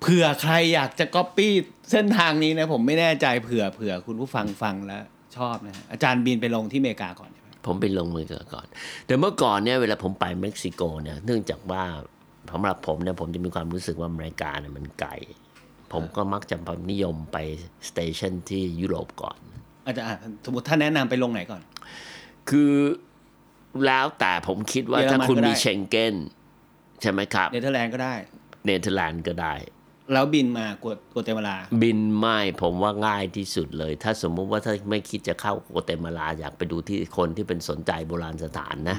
เผื่อใครอยากจะก๊อปปี้เส้นทางนี้นะผมไม่แน่ใจเผื่อเผื่อคุณผู้ฟังฟังแล้วชอบนะฮะอาจารย์บินไปลงที่อเมริกาก่อนใช่ไหม ผมไปลงมือก่อน แต่เมื่อก่อนเนี่ยเวลาผมไปเม็กซิโกเนี่ยเนื่องจากว่าสำหรับผมเนี่ยผมจะมีความรู้สึกว่าอเมริกาเนี่ยมันไกล ผมก็มักจะนิยมไปสเตชันที่ยุโรปก่อน อาจารย์อ่ะสมมติถ้าแนะนำไปลงไหนก่อน คือแล้วแต่ผมคิดว่า เยอรมัน ถ้าคุณ ก็ได้ มีเชงเก้นใช่ไหมครับ เนเธอร์แลนด์ก็ได้ เนเธอร์แลนด์ก็ได้ แล้วบินมากวดกัวเตมาลา บินไม่ผมว่าง่ายที่สุดเลย ถ้าสมมุติว่าถ้าไม่คิดจะเข้าโกเตมาลาอยากไปดูที่คนที่เป็นสนใจโบราณสถานนะ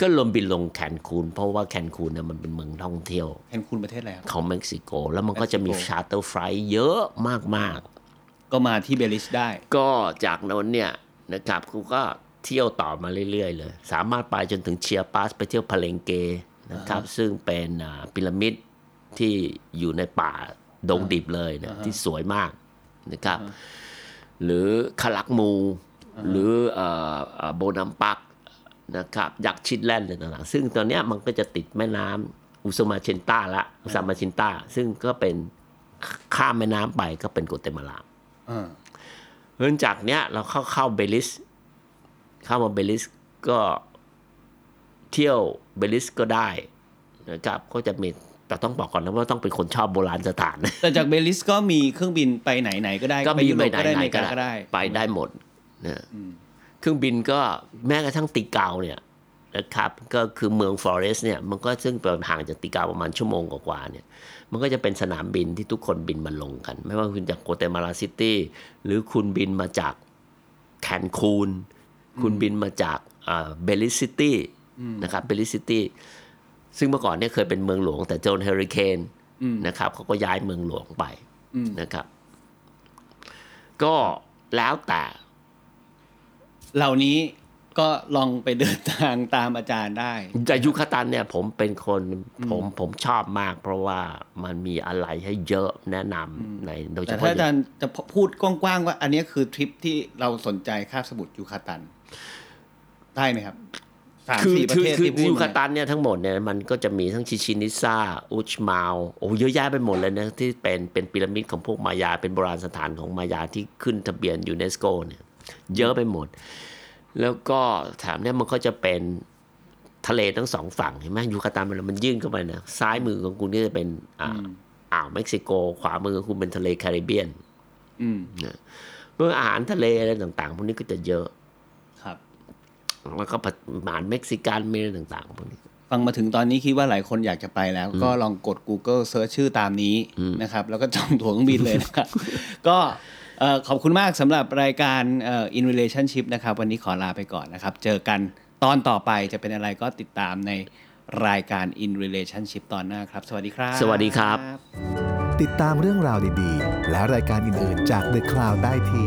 ก็ลงบินลงแคนคูน เพราะว่าแคนคูนเนี่ยมันเป็นเมืองท่องเที่ยว แคนคูนประเทศอะไรครับ ของเม็กซิโก แล้วมันก็จะมี เม็กซิโก ชาร์เตอร์ไฟล์เยอะมาก ก็มาที่เบลิสได้ ๆ ก็จากนั้นเนี่ยนะครับกูก็เที่ยวต่อมาเรื่อย ๆ เลย สามารถไปจนถึงเชียร์ปาสไปเที่ยวพาเลงเกนะครับ ซึ่งเป็นอ่าพีระมิดที่อยู่ในป่าดงดิบเลยนะที่สวยมากนะครับ หรือคาลักมู หรือเอ่อเอ่อโบนัมปักนะครับยักษ์ชิดแล่นอะไรต่างๆซึ่งตอนเนี้ยมันก็จะติดแม่น้ำอุซมาเชนต้าละอุซมาเชนต้า ซึ่งก็เป็นข้ามแม่น้ำไปก็เป็นโกเตมาลา เออ เนื่องจากเนี้ยเราเข้าเข้าเบลิส เข้ามาเบลิสก็เที่ยวเบลิสก็ได้นะครับก็จะมีแต่ต้องบอกก่อนนะว่าต้องเป็นคนชอบโบราณสถาน แต่จากเบลิสก็มีเครื่องบินไปไหนไหนก็ได้ ก็ ไป บิน ยุ ไป โรปก็ไหนได้อ ไหน เมริ ก็ กา ได้ ก็ได้ ไปได้หมดนะเครื่องบินก็แม้กระทั่งติเกาเนี่ยนะครับ ก็คือเมืองฟลอเรสเนี่ยมันก็ซึ่งเป็นห่างจากติเกาประมาณชั่วโมงกว่าๆเนี่ย มันก็จะเป็นสนามบินที่ทุกคนบินมาลงกัน ไม่ว่าคุณจากโกเตมาลาซิตี้หรือคุณบินมาจากแคนคูนคุณบินมาจากเบลิสซิตี้นะครับเบลิสซิตี้ ซึ่งเมื่อก่อนเนี่ยเคยเป็นเมืองหลวง แต่โดนเฮอริเคนนะครับเขาก็ย้ายเมืองหลวงไป อืม นะครับ ก็แล้วแต่ เหล่านี้ก็ลองไปเดินทางตามอาจารย์ได้ แต่ยุคาตันเนี่ย ผมเป็นคนผมผมชอบมาก เพราะว่ามันมีอะไรให้เยอะแนะนำในโดยเฉ แต่ พาะ ถ้าอาจารย์จะพูดกว้างๆว่า อันนี้คือทริปที่เราสนใจคาบสมุทรยูคาตัน ได้ไหมครับสาม คือ สี่ประ คือ เทศ คือ ที่พูด ยู ม คาตันเนี่ยทั้งหมดเนี่ยมันก็จะมีทั้งชิชินิซาอุชมาลโอ้เยอะแยะไปหมดเลยนะที่เป็นเป็นพีระมิดของพวกมายาเป็นโบราณสถานของมายาที่ขึ้นทะเบียนยูเนสโกเนี่ย เยอะไปหมด แล้วก็แถามเนี่ยมันก็จะเป็นทะเลทั้งสองฝั่งเห็นไหมยูคาตันมันมันยื่นเข้าไปนะซ้ายมือของคุณนี่จะเป็นอ่าอ่าวเม็กซิโก ขวามือของคุณเป็นทะเลแคริบเบียน อืม เมื่ออาหารทะเลอะไรต่างๆพวกนี้ก็จะเยอะ ครับ แล้วก็อาหารเม็กซิกันมีอะไรต่างๆพวกนี้ ฟังมาถึงตอนนี้คิดว่าหลายคนอยากจะไปแล้ว ก็ลองกด Google เซิร์ชชื่อตามนี้นะครับ แล้วก็จองตั๋วเครื่องบินเลยนะครับ ก็เอ่อขอบคุณมากสำหรับรายการเอ่อ In Relationship นะครับ วันนี้ขอลาไปก่อนนะครับ เจอกันตอนต่อไปจะเป็นอะไรก็ติดตามในรายการ In Relationship ตอนหน้าครับ สวัสดีครับ สวัสดีครับ ติดตามเรื่องราวดีๆ และรายการอื่น ๆ จาก The Cloud ได้ที่